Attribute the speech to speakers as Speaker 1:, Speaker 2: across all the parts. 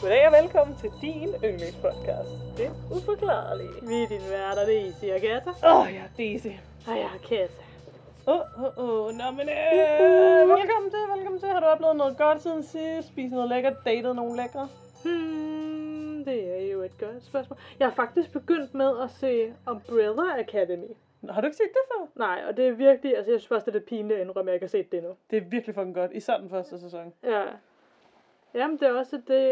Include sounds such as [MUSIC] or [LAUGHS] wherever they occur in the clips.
Speaker 1: Goddag og velkommen til din yndlingspodcast. Det er uforklarligt.
Speaker 2: Vi er dine værter, det er Isi og Gata.
Speaker 1: Åh, oh, jeg er Daisy.
Speaker 2: Og jeg er Kata.
Speaker 1: Åh, oh, åh, oh, åh. Oh. Nå, men øh, velkommen til, velkommen til. Har du oplevet noget godt siden sidst? Spist noget lækkert? Datet nogle lækre?
Speaker 2: Hmm, det er jo et godt spørgsmål. Jeg har faktisk begyndt med at se Umbrella Academy.
Speaker 1: Nå, Har du ikke set det før?
Speaker 2: Nej, og det er virkelig, altså jeg synes faktisk, det er lidt pinligt at indrømme, at jeg ikke har set det endnu.
Speaker 1: Det er virkelig fucking godt. Især den første sæson.
Speaker 2: Ja. Jamen, det er også, det,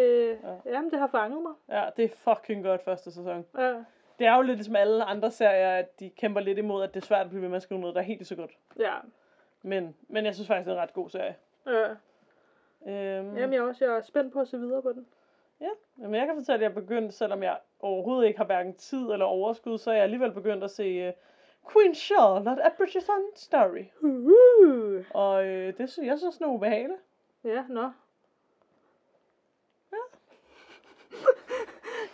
Speaker 2: ja. jamen, det har fanget mig.
Speaker 1: Ja, det er fucking godt første sæson.
Speaker 2: Ja.
Speaker 1: Det er jo lidt ligesom alle andre serier, at de kæmper lidt imod, at det er svært at blive ved med at skrive noget, der er helt så godt.
Speaker 2: Ja.
Speaker 1: Men, men jeg synes faktisk, det er en ret god serie.
Speaker 2: ja.
Speaker 1: Øhm,
Speaker 2: Jamen, jeg er også jeg er spændt på at se videre på den.
Speaker 1: Ja, men jeg kan fortælle, at jeg er begyndt, selvom jeg overhovedet ikke har hverken tid eller overskud, så er jeg alligevel begyndt at se uh, Queen Charlotte, A British Untold Story.
Speaker 2: Uh.
Speaker 1: Og uh, det synes jeg synes er ubehageligt.
Speaker 2: Ja, nå.
Speaker 1: Ja.
Speaker 2: [LAUGHS]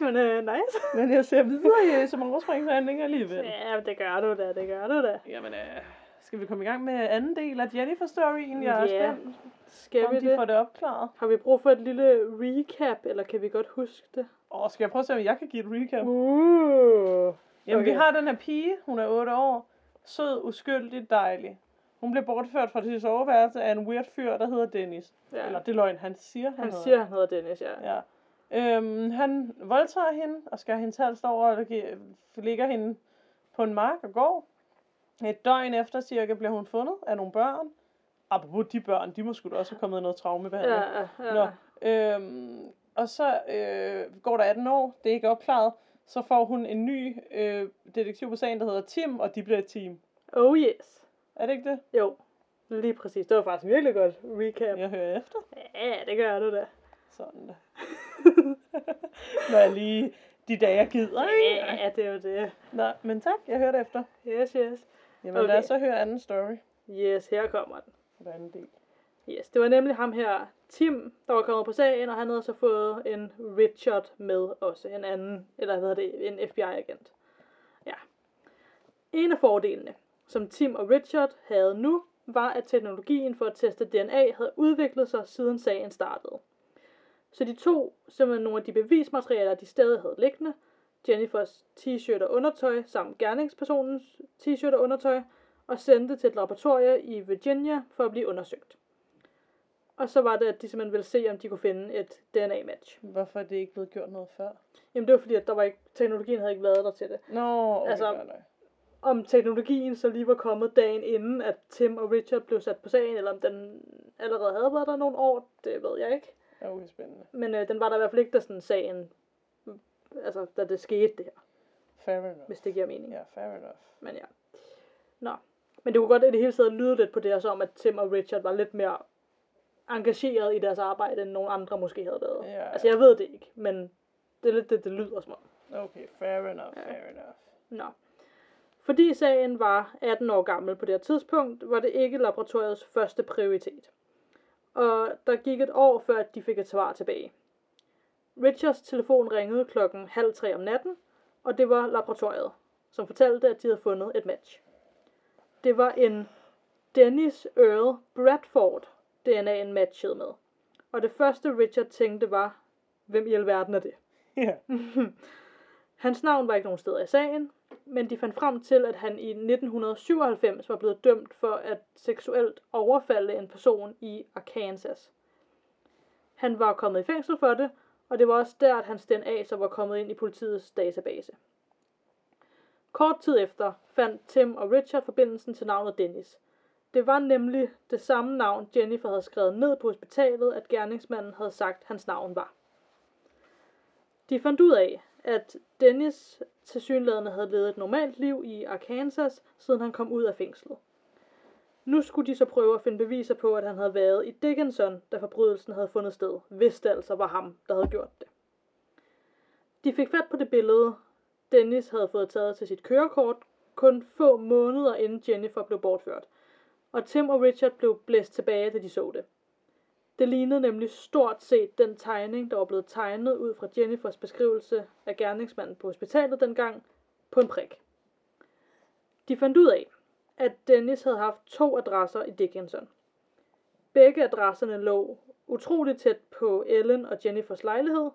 Speaker 2: Men øh, nice.
Speaker 1: Men jeg ser videre uh, som en overspringshandling alligevel.
Speaker 2: Ja, det gør du da, det gør du da.
Speaker 1: Jamen, uh, skal vi komme i gang med anden del af Jennifer-storyen? Jeg er
Speaker 2: Ja,
Speaker 1: spændt,
Speaker 2: Skal
Speaker 1: om
Speaker 2: vi
Speaker 1: de får
Speaker 2: det?
Speaker 1: det opklaret.
Speaker 2: Har vi brug for et lille recap, eller kan vi godt huske det?
Speaker 1: Og skal jeg prøve at se, om jeg kan give et recap?
Speaker 2: Uh.
Speaker 1: Jamen, okay. vi
Speaker 2: Okay.
Speaker 1: har den her pige, hun er 8 år, sød, uskyldig, dejlig. Hun blev bortført fra sit soveværelse af en weird fyr, der hedder Dennis. Ja.
Speaker 2: Ja.
Speaker 1: Eller det er løgn, han siger, han,
Speaker 2: Han
Speaker 1: hedder.
Speaker 2: siger, han hedder Dennis, ja.
Speaker 1: Ja. Øhm, han voldtager hende og skærer hendes hals over og gi- ligger hende på en mark og går. Et døgn efter cirka bliver hun fundet af nogle børn. Apropos de børn, de må sgu da også have kommet i noget traumebehandling.
Speaker 2: Ja, ja, ja.
Speaker 1: Nå, øhm, og så øh, går der 18 år, det er ikke opklaret, så får hun en ny øh, detektiv på sagen, der hedder Tim, og de bliver et team.
Speaker 2: Oh yes.
Speaker 1: Er det ikke det?
Speaker 2: Jo, lige præcis. Det var faktisk virkelig godt recap. Ja,
Speaker 1: Jeg hører efter.
Speaker 2: ja det gør du da.
Speaker 1: Sådan da. [LAUGHS] Når jeg lige de dage, jeg gider. ikke?
Speaker 2: Ja, det var det.
Speaker 1: Nå, men tak, jeg hørte efter.
Speaker 2: Yes, yes.
Speaker 1: Jamen okay. lad
Speaker 2: Okay.
Speaker 1: os så høre anden story.
Speaker 2: Yes, her kommer den.
Speaker 1: Den anden del.
Speaker 2: Yes, det var nemlig ham her, Tim, der var kommet på sagen, og han havde så fået en Richard med også, en anden, eller hvad hedder det, en FBI-agent. Ja. En af fordelene, som Tim og Richard havde nu, var, at teknologien for at teste DNA havde udviklet sig, siden sagen startede. Så de to, som er nogle af de bevismaterialer, de stadig havde liggende, Jennifers t-shirt og undertøj, samt gerningspersonens t-shirt og undertøj, og sendte til et laboratorie i Virginia for at blive undersøgt. Og så var det, at de simpelthen ville se, om de kunne finde et DNA-match.
Speaker 1: Hvorfor er det ikke blevet gjort noget før?
Speaker 2: Jamen det var fordi, at der var ikke, teknologien havde ikke været der til det.
Speaker 1: Nå, okay,
Speaker 2: Altså-
Speaker 1: altså,
Speaker 2: Om teknologien så lige var kommet dagen inden, at Tim og Richard blev sat på sagen, eller om den allerede havde været der nogle år, det ved jeg ikke.
Speaker 1: okay, spændende.
Speaker 2: Men øh, den var der i hvert fald ikke, da sådan sagen, altså da det skete det her,
Speaker 1: Fair enough.
Speaker 2: hvis det giver mening.
Speaker 1: Ja, fair enough.
Speaker 2: Men ja. Nå. Men det kunne godt i det hele taget lyde lidt på det her, som at Tim og Richard var lidt mere engageret i deres arbejde, end nogen andre måske havde været.
Speaker 1: Ja.
Speaker 2: Altså, jeg ved det ikke, men det er lidt det, det lyder som om.
Speaker 1: Okay, fair enough, fair enough. [LAUGHS]
Speaker 2: Nå. Fordi sagen var 18 år gammel på det her tidspunkt, var det ikke laboratoriets første prioritet. Og der gik et år, før de fik et svar tilbage. Richards telefon ringede klokken halv tre om natten, og det var laboratoriet, som fortalte, at de havde fundet et match. Det var en Dennis Earl Bradford, DNA'en matchede med. Og det første Richard tænkte var, hvem i alverden er det?
Speaker 1: Ja.
Speaker 2: Hans navn var ikke nogen steder i sagen, men de fandt frem til, at han i 1997 var blevet dømt for at seksuelt overfalde en person i Arkansas. Han var kommet i fængsel for det, og det var også der, at hans DNA så var kommet ind i politiets database. Kort tid efter fandt Tim og Richard forbindelsen til navnet Dennis. Det var nemlig det samme navn, Jennifer havde skrevet ned på hospitalet, at gerningsmanden havde sagt, hans navn var. De fandt ud af, at Dennis tilsyneladende havde levet et normalt liv i Arkansas, siden han kom ud af fængslet. Nu skulle de så prøve at finde beviser på, at han havde været i Dickinson, da forbrydelsen havde fundet sted, hvis det altså var ham, der havde gjort det. De fik fat på det billede, Dennis havde fået taget til sit kørekort, kun få måneder inden Jennifer blev bortført. Og Tim og Richard blev blæst tilbage, da de så det. Det lignede nemlig stort set den tegning, der var blevet tegnet ud fra Jennifers beskrivelse af gerningsmanden på hospitalet dengang, på en prik. De fandt ud af, at Dennis havde haft to adresser i Dickinson. Begge adresserne lå utroligt tæt på Ellen og Jennifers lejlighed,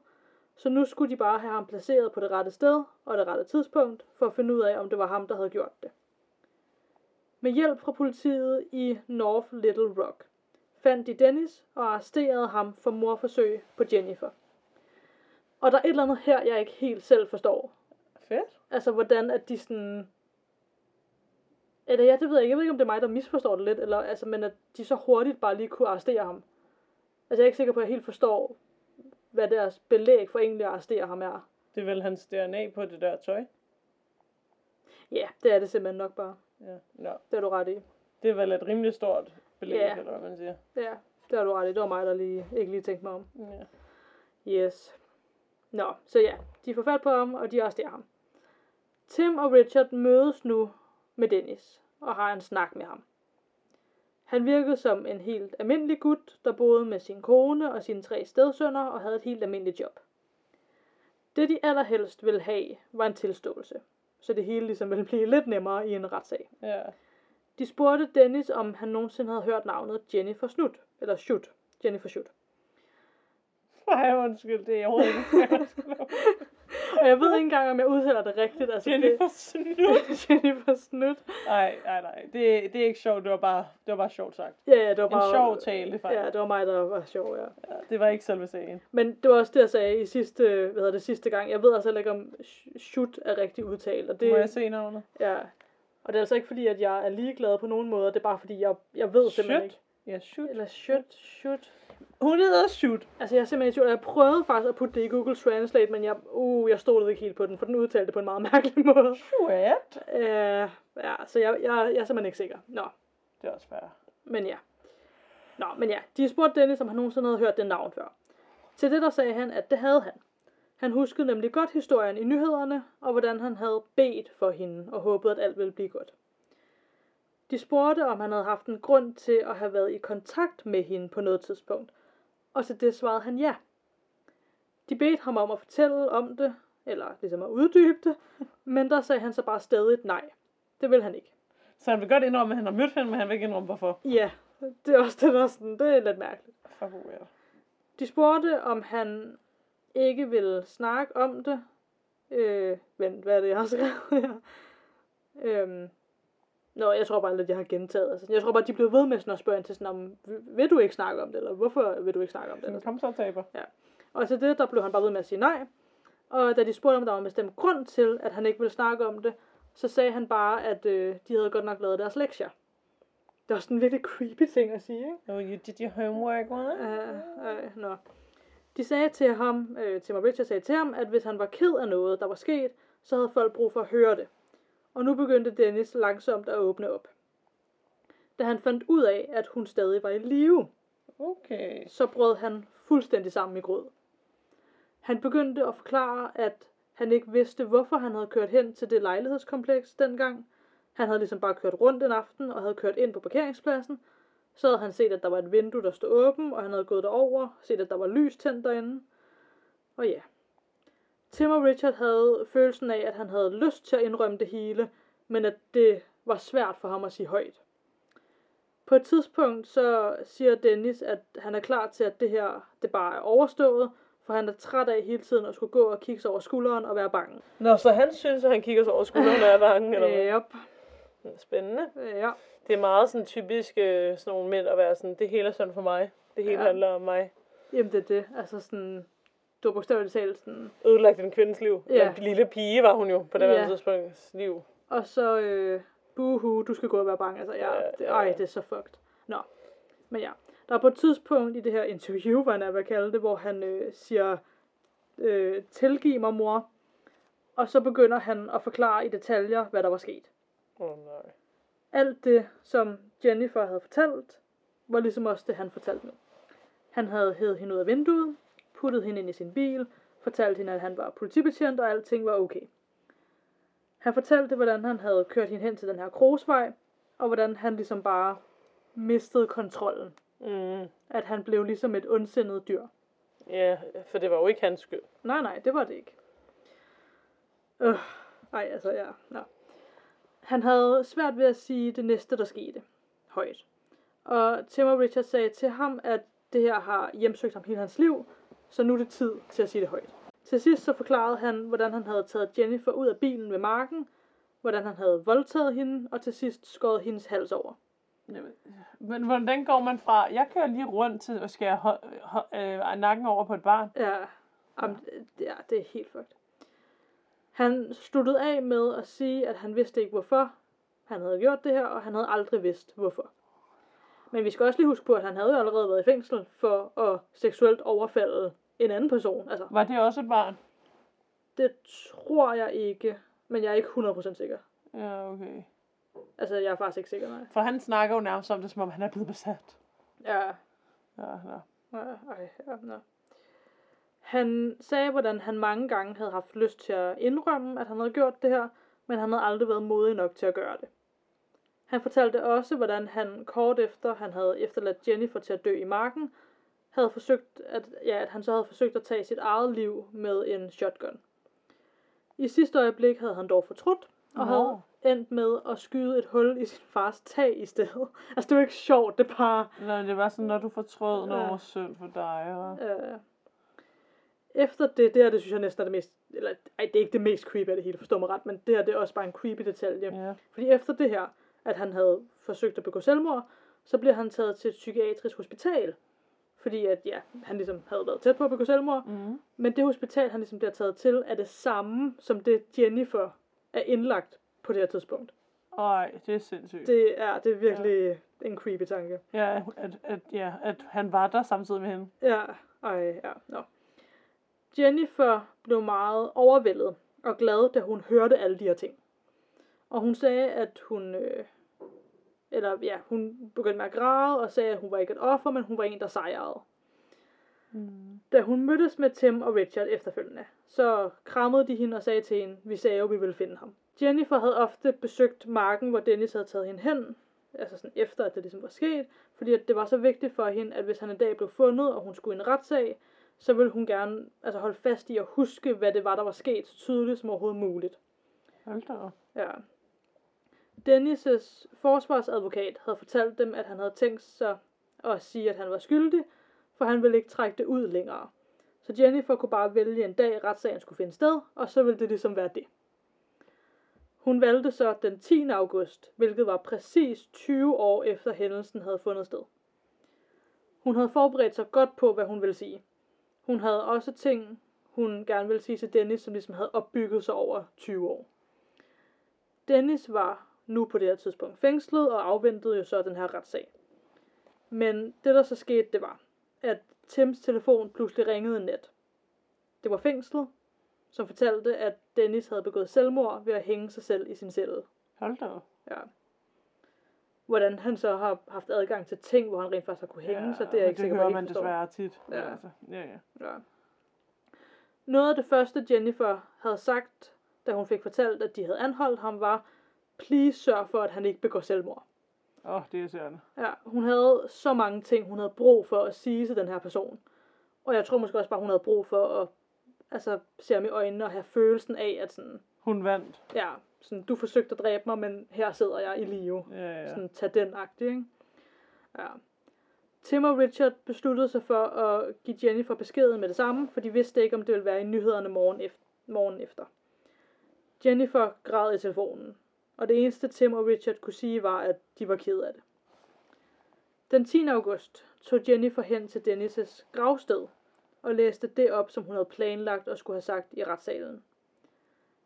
Speaker 2: Så nu skulle de bare have ham placeret på det rette sted og det rette tidspunkt, for at finde ud af, om det var ham, der havde gjort det. Med hjælp fra politiet i North Little Rock fandt de Dennis og arresterede ham for morforsøg på Jennifer. Og der er et eller andet her, jeg ikke helt selv forstår.
Speaker 1: Fedt.
Speaker 2: Altså, hvordan at de sådan... Eller ja, det ved jeg ikke. Jeg ved ikke, om det er mig, der misforstår det lidt, eller, altså, men at de så hurtigt bare lige kunne arrestere ham. Altså, jeg er ikke sikker på, at jeg helt forstår, hvad deres belæg for egentlig at arrestere ham er.
Speaker 1: Det er vel hans DNA på det der tøj.
Speaker 2: Ja, det er det simpelthen nok bare.
Speaker 1: Ja. Nå.
Speaker 2: Det har du ret i.
Speaker 1: Det er vel et rimelig stort belæg,
Speaker 2: Ja.
Speaker 1: eller hvad man siger.
Speaker 2: Ja, det har du ret i. Det var mig, der lige, ikke lige tænkte mig om.
Speaker 1: Ja.
Speaker 2: Yes. Nå, så ja, de får fat på ham, og de arresterer ham. Tim og Richard mødes nu med Dennis, og har en snak med ham. Han virkede som en helt almindelig gut, der boede med sin kone og sine tre stedsønner og havde et helt almindeligt job. Det de allerhelst ville have, var en tilståelse, så det hele ligesom ville blive lidt nemmere i en retssag.
Speaker 1: ja.
Speaker 2: De spurgte Dennis, om han nogensinde havde hørt navnet Jennifer Snut, eller Schut, Jennifer Schut.
Speaker 1: Nej, undskyld, det er jeg overhovedet ikke.
Speaker 2: [LAUGHS] Og jeg ved ikke engang, om jeg udtaler det rigtigt. Altså,
Speaker 1: Jennifer Snud.
Speaker 2: [LAUGHS] Det, Jennifer Snut.
Speaker 1: Nej, nej, nej. Det, det er ikke sjovt. Det var bare, det var bare sjovt sagt.
Speaker 2: Ja, ja, det var
Speaker 1: En
Speaker 2: bare...
Speaker 1: sjov tale, faktisk.
Speaker 2: Ja, det var mig, der var sjov, ja.
Speaker 1: Ja, det var ikke selve sagen.
Speaker 2: Men det var også det, jeg sagde i sidste, hvad hedder det, sidste gang. Jeg ved altså heller ikke, om sh- shoot er rigtig udtalt. Og det,
Speaker 1: Det... Må jeg se navnet?
Speaker 2: Ja. Og det er altså ikke fordi, at jeg er ligeglad på nogen måde. Det er bare fordi, jeg, jeg ved simpelthen
Speaker 1: Shoot? Ja, shoot.
Speaker 2: ikke. Eller shoot, shoot.
Speaker 1: Hun hedder Shoot.
Speaker 2: Altså, jeg er simpelthen i tvivl. og Jeg prøvede faktisk at putte det i Google Translate, men jeg, uh, jeg stolede ikke helt på den, for den udtalte det på en meget [LAUGHS] mærkelig måde.
Speaker 1: Shoot.
Speaker 2: Uh, ja, så jeg, jeg, jeg er simpelthen ikke sikker. Nå,
Speaker 1: Det er også fair.
Speaker 2: Men ja. Nå, men ja, de spurgte Dennis, om han nogensinde havde hørt det navn før. Til det der sagde han, at det havde han. Han huskede nemlig godt historien i nyhederne, og hvordan han havde bedt for hende og håbet, at alt ville blive godt. De spurgte, om han havde haft en grund til at have været i kontakt med hende på noget tidspunkt, og til det svarede han ja. De bedte ham om at fortælle om det, eller ligesom at uddybe det, men der sagde han så bare stadig nej. Det vil han ikke.
Speaker 1: Så han vil godt indrømme, at han har mødt hende, men han vil ikke indrømme, hvorfor.
Speaker 2: Ja, det er også det, der er sådan, det er lidt mærkeligt.
Speaker 1: Fuck weird.
Speaker 2: De spurgte, om han ikke ville snakke om det. Øh, vent, hvad er det, jeg har [LAUGHS] skrevet her? Øhm, nå, jeg tror bare lidt, jeg har gentaget. Altså, jeg tror bare, de blev ved med sådan at spørge ind til sådan, om, vil du ikke snakke om det, eller hvorfor vil du ikke snakke om det? Eller
Speaker 1: Men
Speaker 2: sådan.
Speaker 1: kom så, taber.
Speaker 2: Og til det, der blev han bare ved med at sige nej. Og da de spurgte, om der var en bestemt grund til, at han ikke ville snakke om det, så sagde han bare, at øh, de havde godt nok lavet deres lektier. Det var sådan en virkelig creepy ting at sige, ikke?
Speaker 1: Oh, you did your homework, right?
Speaker 2: Øh, øh, nå. De sagde til ham, øh, Tim og Richard sagde til ham, at hvis han var ked af noget, der var sket, så havde folk brug for at høre det. Og nu begyndte Dennis langsomt at åbne op. Da han fandt ud af, at hun stadig var i live,
Speaker 1: Okay.
Speaker 2: så brød han fuldstændig sammen i gråd. Han begyndte at forklare, at han ikke vidste, hvorfor han havde kørt hen til det lejlighedskompleks dengang. Han havde ligesom bare kørt rundt en aften og havde kørt ind på parkeringspladsen. Så havde han set, at der var et vindue, der stod åbent, og han havde gået derover, set, at der var lys tændt derinde. Og ja. Tim og Richard havde følelsen af, at han havde lyst til at indrømme det hele, men at det var svært for ham at sige højt. På et tidspunkt så siger Dennis, at han er klar til, at det her det bare er overstået, for han er træt af hele tiden at skulle gå og kigge sig over skulderen og være bange.
Speaker 1: Nå, så han synes, at han kigger sig over skulderen af vangen, eller [LAUGHS] hvad?
Speaker 2: Yep.
Speaker 1: Spændende.
Speaker 2: Ja.
Speaker 1: Det er meget sådan typisk øh, sådan nogle mænd at være sådan, det hele er sådan for mig. Det hele
Speaker 2: Ja.
Speaker 1: ja. handler om mig.
Speaker 2: Jamen det er det. Altså sådan, du har bogstaveligt talt sådan.
Speaker 1: Ødelagt en kvindes liv.
Speaker 2: Ja.
Speaker 1: Ja. En lille pige var hun jo på det ja.
Speaker 2: Ja.
Speaker 1: tidspunkt liv.
Speaker 2: Og så, øh, buhu, du skal gå og være bange. Altså, ja,
Speaker 1: Ja,
Speaker 2: det,
Speaker 1: ja.
Speaker 2: ej, det er så fucked. Nå. Men ja, der er på et tidspunkt i det her interview, hvad han er ved at kalde det, hvor han øh, siger, øh, tilgiv mig mor. Og så begynder han at forklare i detaljer, hvad der var sket.
Speaker 1: Åh oh, nej.
Speaker 2: Alt det, som Jennifer havde fortalt, var ligesom også det, han fortalte nu. Han havde hævet hende ud af vinduet, puttet hende ind i sin bil, fortalt hende, at han var politibetjent, og alting var okay. Han fortalte, hvordan han havde kørt hende hen til den her krogsvej, og hvordan han ligesom bare mistede kontrollen.
Speaker 1: Mm.
Speaker 2: At han blev ligesom et ondsindet dyr.
Speaker 1: Ja, for det var jo ikke hans skyld.
Speaker 2: Nej, nej, det var det ikke. Øh, ej, altså, ja. Nå. Han havde svært ved at sige det næste, der skete. Højt. Og Tim og Richard sagde til ham, at det her har hjemsøgt ham hele hans liv, så nu er det tid til at sige det højt. Til sidst så forklarede han, hvordan han havde taget Jennifer ud af bilen ved marken, hvordan han havde voldtaget hende, og til sidst skåret hendes hals over.
Speaker 1: Jamen, Men hvordan går man fra, jeg kører lige rundt til at skære hå- hå- øh, nakken over på et barn?
Speaker 2: Ja, jamen, det- ja, det er helt fucked. Han sluttede af med at sige, at han vidste ikke hvorfor han havde gjort det her, og han havde aldrig vidst hvorfor. Men vi skal også lige huske på, at han havde jo allerede været i fængsel for at seksuelt overfalde en anden person. Altså,
Speaker 1: Var det også et barn?
Speaker 2: det tror jeg ikke, men jeg er ikke 100% sikker.
Speaker 1: Ja, okay.
Speaker 2: Altså, jeg er faktisk ikke sikker, nej.
Speaker 1: For han snakker jo nærmest om det, som om han er blevet besat.
Speaker 2: Ja,
Speaker 1: Ja, ja.
Speaker 2: Nej, ej, ja, nå. Han sagde, hvordan han mange gange havde haft lyst til at indrømme, at han havde gjort det her, men han havde aldrig været modig nok til at gøre det. Han fortalte også, hvordan han kort efter, han havde efterladt Jennifer til at dø i marken, havde forsøgt at, ja, at han så havde forsøgt at tage sit eget liv med en shotgun. I sidste øjeblik havde han dog fortrudt,
Speaker 1: Nå.
Speaker 2: og havde endt med at skyde et hul i sin fars tag i stedet. Altså, det var ikke sjovt, det er bare...
Speaker 1: Nå, men det var sådan, når du fortrød, når
Speaker 2: Ja.
Speaker 1: det var synd for dig. Og...
Speaker 2: Øh, efter det, det her, det synes jeg næsten er det mest, eller ej, det er ikke det mest creepy af det hele, forstå mig ret, men det her, det er også bare en creepy detalje. Ja.
Speaker 1: Ja.
Speaker 2: Fordi efter det her, at han havde forsøgt at begå selvmord, så bliver han taget til et psykiatrisk hospital. Fordi at, ja, han ligesom havde været tæt på at begå selvmord,
Speaker 1: Mm.
Speaker 2: men det hospital, han ligesom bliver taget til, er det samme, som det Jennifer er indlagt på det her tidspunkt.
Speaker 1: Ej, det er sindssygt. Det...
Speaker 2: Det er, det er virkelig ja. en creepy tanke.
Speaker 1: Ja, at, at, ja, at han var der samtidig med hende.
Speaker 2: Ja, ej, ja, nå. Jennifer blev meget overvældet og glad, da hun hørte alle de her ting. Og hun sagde, at hun... Øh, eller ja, hun begyndte med at græde og sagde, at hun var ikke et offer, men hun var en, der sejrede.
Speaker 1: Mm.
Speaker 2: Da hun mødtes med Tim og Richard efterfølgende, så krammede de hende og sagde til hende, vi sagde jo, vi ville finde ham. Jennifer havde ofte besøgt marken, hvor Dennis havde taget hende hen, altså sådan efter, at det ligesom var sket, fordi at det var så vigtigt for hende, at hvis han en dag blev fundet, og hun skulle i en retssag, så ville hun gerne altså holde fast i at huske, hvad det var, der var sket, så tydeligt som overhovedet muligt.
Speaker 1: Hold da op.
Speaker 2: Ja. Dennis' forsvarsadvokat havde fortalt dem, at han havde tænkt sig at sige, at han var skyldig, for han ville ikke trække det ud længere. Så Jennifer kunne bare vælge en dag, retssagen skulle finde sted, og så ville det ligesom være det. Hun valgte så den 10. august, hvilket var præcis 20 år efter hændelsen havde fundet sted. Hun havde forberedt sig godt på, hvad hun ville sige. Hun havde også ting, hun gerne ville sige til Dennis, som ligesom havde opbygget sig over 20 år. Dennis var nu på det her tidspunkt fængslet og afventede jo så den her retssag. Men det der så skete, det var, at Tims telefon pludselig ringede en nat. Det var fængslet, som fortalte, at Dennis havde begået selvmord ved at hænge sig selv i sin celle.
Speaker 1: Hold da op.
Speaker 2: Ja. Hvordan han så har haft adgang til ting, hvor han rent faktisk har kunne hænge ja, sig, det er jeg
Speaker 1: men
Speaker 2: ikke
Speaker 1: det
Speaker 2: sikker på,
Speaker 1: hører
Speaker 2: jeg
Speaker 1: man
Speaker 2: ikke forstår.
Speaker 1: desværre tit.
Speaker 2: Ja.
Speaker 1: Ja. Altså, ja, ja.
Speaker 2: Ja. Noget af det første, Jennifer havde sagt, da hun fik fortalt, at de havde anholdt ham, var, please sørg for, at han ikke begår selvmord.
Speaker 1: Åh, oh, det er særligt.
Speaker 2: Ja, hun havde så mange ting, hun havde brug for at sige til den her person. Og jeg tror måske også bare, hun havde brug for at altså, se ham i øjnene og have følelsen af, at sådan,
Speaker 1: Hun vandt.
Speaker 2: ja, sådan, du forsøgte at dræbe mig, men her sidder jeg i live.
Speaker 1: Ja, ja.
Speaker 2: Sådan tag den agtig, ikke? Ja. Tim og Richard besluttede sig for at give Jennifer beskeden med det samme, for de vidste ikke, om det ville være i nyhederne morgen efter. Morgen efter. Jennifer græd i telefonen, og det eneste Tim og Richard kunne sige var, at de var ked af det. Den 10. august tog Jennifer hen til Dennis' gravsted og læste det op, som hun havde planlagt og skulle have sagt i retssalen.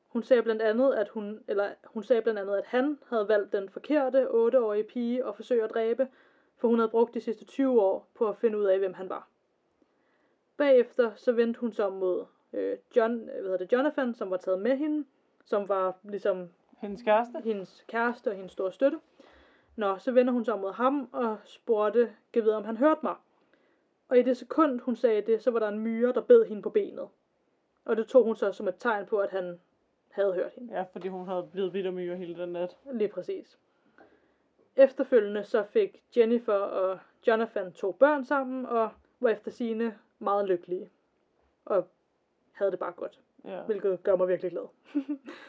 Speaker 2: Hun sagde blandt andet, at hun, eller hun sagde blandt andet, at han havde valgt den forkerte 8-årige pige og forsøge at dræbe, for hun havde brugt de sidste 20 år på at finde ud af, hvem han var. Bagefter så vendte hun sig om mod øh, John, øh, hvad hedder det, Jonathan, som var taget med hende, som var ligesom
Speaker 1: Hendes kæreste?
Speaker 2: hendes kæreste og hendes store støtte. Nå, så vender hun sig om mod ham og spurgte, kan vide, om han hørte mig. Og i det sekund, hun sagde det, så var der en myre, der bed hende på benet. Og det tog hun så som et tegn på, at han havde hørt hende.
Speaker 1: Ja, fordi hun havde blevet bidt af myre hele den nat.
Speaker 2: Lige præcis. Efterfølgende så fik Jennifer og Jonathan to børn sammen, og var efter sine meget lykkelige. Og havde det bare godt,
Speaker 1: Ja,
Speaker 2: hvilket gør mig virkelig glad.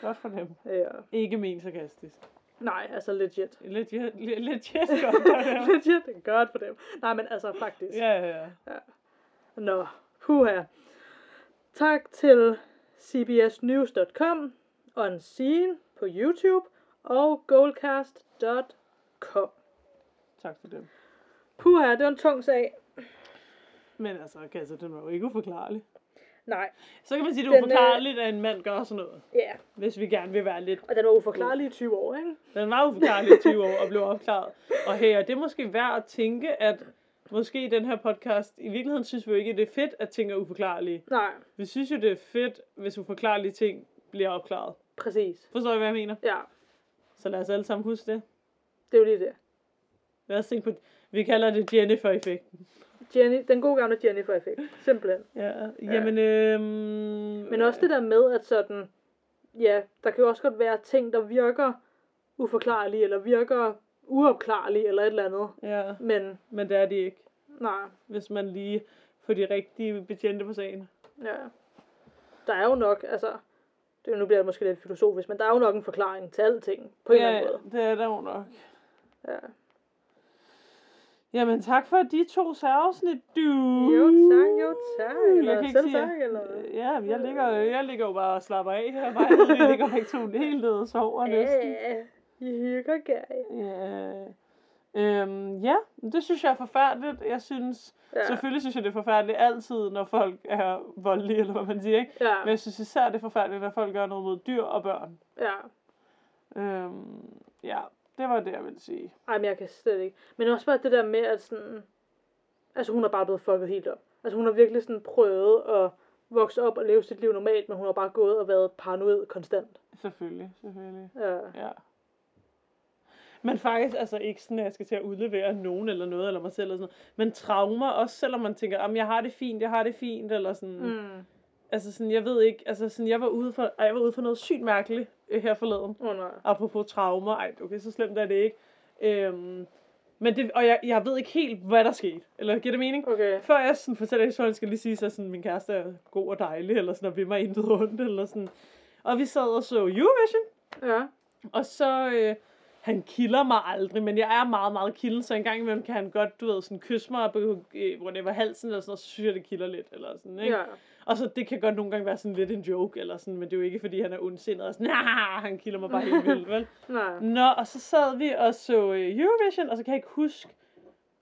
Speaker 1: godt for dem.
Speaker 2: Ja.
Speaker 1: Ikke men sarkastisk.
Speaker 2: Nej, altså legit.
Speaker 1: Legit, le- [LAUGHS] legit godt for dem.
Speaker 2: [LAUGHS] legit godt for dem. Nej, men altså faktisk.
Speaker 1: Ja, ja, ja.
Speaker 2: Nå, puha. Tak til cbsnews.com, Unseen på YouTube og goldcast.com.
Speaker 1: Tak for det.
Speaker 2: Puha, det var en tung sag.
Speaker 1: Men altså, okay, altså, den var jo ikke uforklarlig.
Speaker 2: Nej,
Speaker 1: Så kan man sige, det er
Speaker 2: Den, øh,
Speaker 1: uforklarligt, at en mand gør sådan noget.
Speaker 2: ja. Yeah.
Speaker 1: Hvis vi gerne vil være lidt
Speaker 2: Og den var
Speaker 1: Mm.
Speaker 2: uforklarlig i 20 år, ikke?
Speaker 1: Den var uforklarlig i 20 år og blev opklaret. Og her, det er måske værd at tænke, at måske i den her podcast, i virkeligheden synes vi jo ikke, at det er fedt, at ting er uforklarlige.
Speaker 2: Nej,
Speaker 1: Vi synes jo, det er fedt, hvis uforklarlige ting bliver opklaret.
Speaker 2: præcis.
Speaker 1: Forstår I, hvad jeg mener?
Speaker 2: Ja,
Speaker 1: Så lad os alle sammen huske det.
Speaker 2: det er jo lige det.
Speaker 1: Lad os tænke på, vi kalder det Jennifer-effekten.
Speaker 2: Jenny, den gode gamle Jennifer-effekt, simpelthen.
Speaker 1: Ja, jamen, øhm,
Speaker 2: Men også det der med, at sådan, ja, der kan jo også godt være ting, der virker uforklarlige, eller virker uopklarlige, eller et eller andet.
Speaker 1: Ja,
Speaker 2: Men
Speaker 1: men det er de ikke,
Speaker 2: nej,
Speaker 1: hvis man lige får de rigtige betjente på sagen.
Speaker 2: ja. Der er jo nok, altså, det nu bliver det måske lidt filosofisk, men der er jo nok en forklaring til alting, på en eller anden
Speaker 1: Ja,
Speaker 2: måde.
Speaker 1: det er der jo nok.
Speaker 2: Ja.
Speaker 1: Jamen tak for de to særafsnit, du.
Speaker 2: Jo tak, jo tak. Eller
Speaker 1: jeg kan ikke
Speaker 2: selv
Speaker 1: sige,
Speaker 2: tak, eller?
Speaker 1: Ja, men jeg ligger, jeg ligger jo bare og slapper af her. Bare, jeg ligger begge to helt ned og sover næsten.
Speaker 2: Ja, I hygger gær.
Speaker 1: Ja. Øhm, ja, men det synes jeg er forfærdeligt. Jeg synes, ja.
Speaker 2: Ja.
Speaker 1: selvfølgelig synes jeg, det er forfærdeligt altid, når folk er voldelige, eller hvad man siger, ikke? Men
Speaker 2: Ja,
Speaker 1: jeg synes især, det er forfærdeligt, når folk gør noget mod dyr og børn.
Speaker 2: ja.
Speaker 1: Øhm, ja, det var det, jeg ville sige.
Speaker 2: Ej, men jeg kan slet ikke. Men også bare det der med, at sådan... Altså, hun er bare blevet fucket helt op. Altså, hun har virkelig sådan prøvet at vokse op og leve sit liv normalt, men hun har bare gået og været paranoid konstant.
Speaker 1: Selvfølgelig, selvfølgelig.
Speaker 2: Ja.
Speaker 1: Ja. Men faktisk altså ikke sådan, at jeg skal til at udlevere nogen eller noget, eller mig selv eller sådan noget. Men traumer, også selvom man tænker, om jeg har det fint, jeg har det fint, eller sådan. Mm.
Speaker 2: Mm.
Speaker 1: Altså sådan, jeg ved ikke, altså sådan, jeg var ude for, ej, jeg var ude for noget sygt mærkeligt øh, her forleden.
Speaker 2: Oh, nej.
Speaker 1: Apropos traumer, ej, okay, så slemt er det ikke. Øhm, men det, og jeg, jeg ved ikke helt, hvad der skete. Eller giver det mening?
Speaker 2: Okay.
Speaker 1: Før jeg sådan fortæller historien, skal jeg lige sige, at sådan, min kæreste er god og dejlig, eller sådan, og vi mig intet ondt, eller sådan. Og vi sad og så Eurovision,
Speaker 2: Ja.
Speaker 1: og så, øh, han kilder mig aldrig, men jeg er meget, meget kilden, så en gang imellem kan han godt, du ved, sådan kysse mig, og be- øh, whatever, halsen eller sådan noget, så synes jeg, det kilder lidt, eller sådan, ikke?
Speaker 2: Ja.
Speaker 1: Og så det kan godt nogle gange være sådan lidt en joke, eller sådan, men det er jo ikke, fordi han er ondsindet, og sådan, [LAUGHS] nah, han kilder mig bare helt vildt, vel?
Speaker 2: Nej.
Speaker 1: Nå, og så sad vi og så øh, Eurovision, og så kan jeg ikke huske,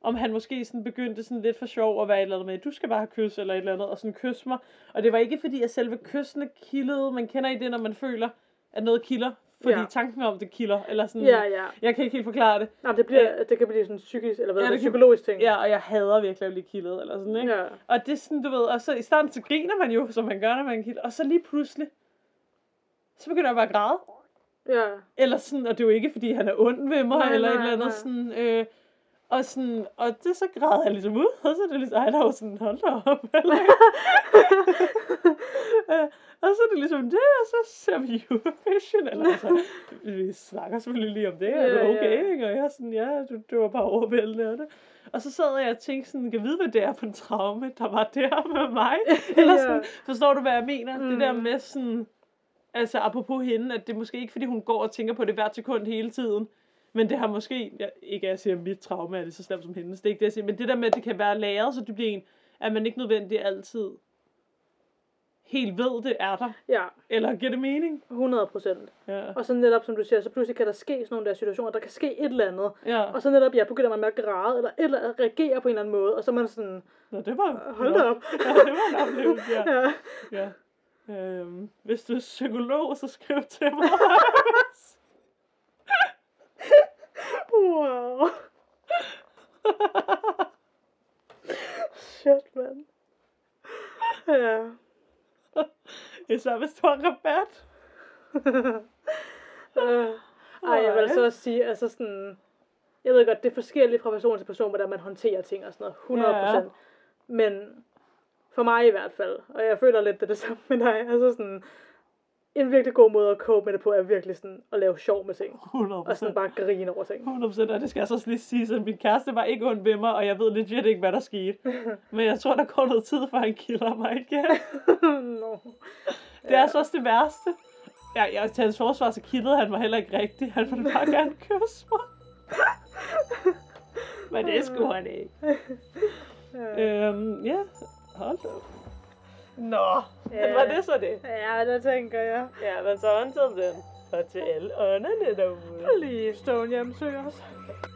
Speaker 1: om han måske sådan begyndte sådan lidt for sjov at være et eller andet med, du skal bare have kys, eller et eller andet, og sådan kysse mig. Og det var ikke fordi, at selve kyssene kildede. Man kender i det, når man føler, at noget kilder. Fordi
Speaker 2: Ja.
Speaker 1: ja. tanken om det kilder, eller sådan.
Speaker 2: Ja, ja.
Speaker 1: Jeg kan ikke helt forklare det.
Speaker 2: Nej, det, bliver, det kan blive sådan psykisk, eller hvad
Speaker 1: Ja,
Speaker 2: ja, det
Speaker 1: det kan-
Speaker 2: psykologisk ting.
Speaker 1: Ja, og jeg hader virkelig at blive kildet, eller sådan, ikke? Ja.
Speaker 2: ja.
Speaker 1: Og det er sådan, du ved, og så i starten så griner man jo, som man gør, når man kilder. Og så lige pludselig, så begynder jeg bare at græde.
Speaker 2: ja.
Speaker 1: Eller sådan, og det er jo ikke, fordi han er ond ved mig,
Speaker 2: Nej,
Speaker 1: nej, eller nej, et
Speaker 2: nej,
Speaker 1: eller andet
Speaker 2: nej.
Speaker 1: sådan, øh, og sådan, og det så græder jeg ligesom ud, og så er det ligesom, ej, der var sådan, hold da op, [LAUGHS]
Speaker 2: [LAUGHS]
Speaker 1: eller, øh, og så er det ligesom det, og så ser vi Eurovision, eller altså, vi snakker selvfølgelig lige om det, er
Speaker 2: Ja,
Speaker 1: det
Speaker 2: ja.
Speaker 1: okay, ikke? og jeg er sådan, ja, det, det var bare overvældende, og det. Og så sad jeg og tænkte sådan, kan vide, hvad det er for en traume, der var der med
Speaker 2: [LAUGHS]
Speaker 1: mig? Eller sådan, Forstår du, hvad jeg mener? Mm.
Speaker 2: Mm.
Speaker 1: Det der med sådan, altså apropos hende, at det er måske ikke, fordi hun går og tænker på det hvert sekund hele tiden, men det har måske, jeg, ikke at jeg siger, at mit traume er det så slemt som hendes, det er ikke det, jeg siger, men det der med, at det kan være læret, så det bliver en, at man ikke nødvendigt altid helt ved, det er der.
Speaker 2: ja,
Speaker 1: Eller giver det mening?
Speaker 2: 100 procent.
Speaker 1: Ja.
Speaker 2: Og så netop, som du siger, så pludselig kan der ske sådan nogle der situationer, der kan ske et eller andet,
Speaker 1: ja.
Speaker 2: Og så netop, ja, begynder man med at græde, eller, et eller andet, reagere på en eller anden måde, og så er man sådan,
Speaker 1: Nå, det var...
Speaker 2: hold da op.
Speaker 1: Ja, det var en oplevelse, ja.
Speaker 2: [LAUGHS] ja.
Speaker 1: ja. Øhm, hvis du er psykolog, så skriv til mig. [LAUGHS]
Speaker 2: Wow. [LAUGHS] Shit, mand. Ja.
Speaker 1: Især hvis du har rabat.
Speaker 2: Øh. Ej, jeg vil så også sige, altså sådan, jeg ved godt, det er forskelligt fra person til person, hvordan man håndterer ting og sådan noget, 100
Speaker 1: Ja.
Speaker 2: Men for mig i hvert fald, og jeg føler lidt det, er det samme med dig, altså sådan, en virkelig god måde at cope med det på, er virkelig sådan at lave sjov med ting.
Speaker 1: 100
Speaker 2: Og sådan bare grine over ting. [LAUGHS]
Speaker 1: 100%, og det skal jeg så også lige sige, at min kæreste var ikke ond ved mig, og jeg ved legit ikke, hvad der [LAUGHS] skete. Men jeg tror, der går noget tid, før han kilder mig [LAUGHS] igen.
Speaker 2: no.
Speaker 1: Det er altså også det værste. Ja, jeg til hans forsvar, så kildede han mig heller ikke rigtigt. Han ville bare [LAUGHS] gerne kysse mig. Men det skulle han ikke.
Speaker 2: Ja.
Speaker 1: Øhm, ja. Hold da. op. Nå, Men var det så det?
Speaker 2: Ja, det tænker jeg.
Speaker 1: Ja, men så håndterede den. Og til alle ånderne derude.
Speaker 2: Please don't hjemsøge os.